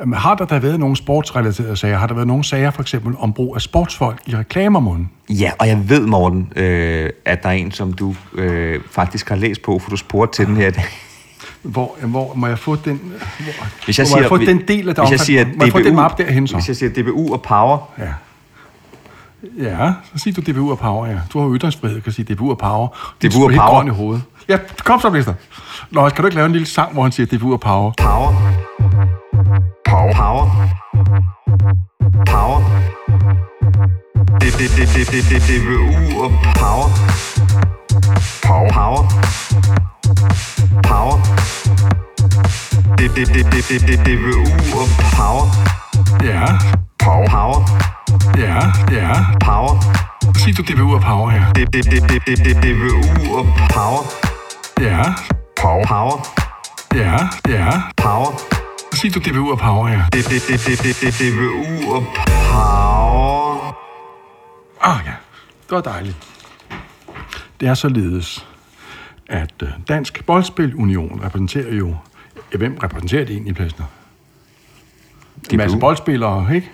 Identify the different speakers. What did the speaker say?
Speaker 1: Jamen, har der da været nogle sportsrelaterede sager? Har der været nogle sager for eksempel om brug af sportsfolk i reklamer, Morten?
Speaker 2: Ja, og jeg ved, Morten, øh, at der er en, som du øh, faktisk har læst på, for du spurgte til den her i dag.
Speaker 1: Hvor, øh, hvor må jeg få den, hvor,
Speaker 2: Hvis jeg
Speaker 1: hvor må jeg
Speaker 2: siger,
Speaker 1: få den del af det
Speaker 2: hvis jeg siger,
Speaker 1: Må jeg få den map derhen så?
Speaker 2: Hvis jeg siger DBU og Power,
Speaker 1: Ja. Ja, så siger du DBU og Power, ja. Du har jo ytringsfrihed, kan sige DBU og Power. Det er
Speaker 2: DBU og
Speaker 1: helt
Speaker 2: Power.
Speaker 1: grøn i hovedet. Ja, kom så, Blister. Nå, kan du ikke lave en lille sang, hvor han siger DBU og Power?
Speaker 2: Power. Power. Power. Power. Det, det, det, det, det, det, det, U og power. Power. Power. Power. Det, det, det, det, det, det, det, U og power.
Speaker 1: Ja,
Speaker 2: Power. Power.
Speaker 1: ja, ja.
Speaker 2: Power.
Speaker 1: Sig du DBU og Power her.
Speaker 2: Det, det, det, det, det, det, det, U og power.
Speaker 1: Ja,
Speaker 2: Power. Power.
Speaker 1: ja, ja.
Speaker 2: Power.
Speaker 1: Sig du DBU og Power her.
Speaker 2: Det, det, det, det, det, det, det, U og power.
Speaker 1: Ah ja, det var dejligt. Det er således, at øh, Dansk Boldspil Union repræsenterer jo... Ja, hvem repræsenterer det egentlig, Plæsner? En masse
Speaker 2: DBU.
Speaker 1: boldspillere, ikke?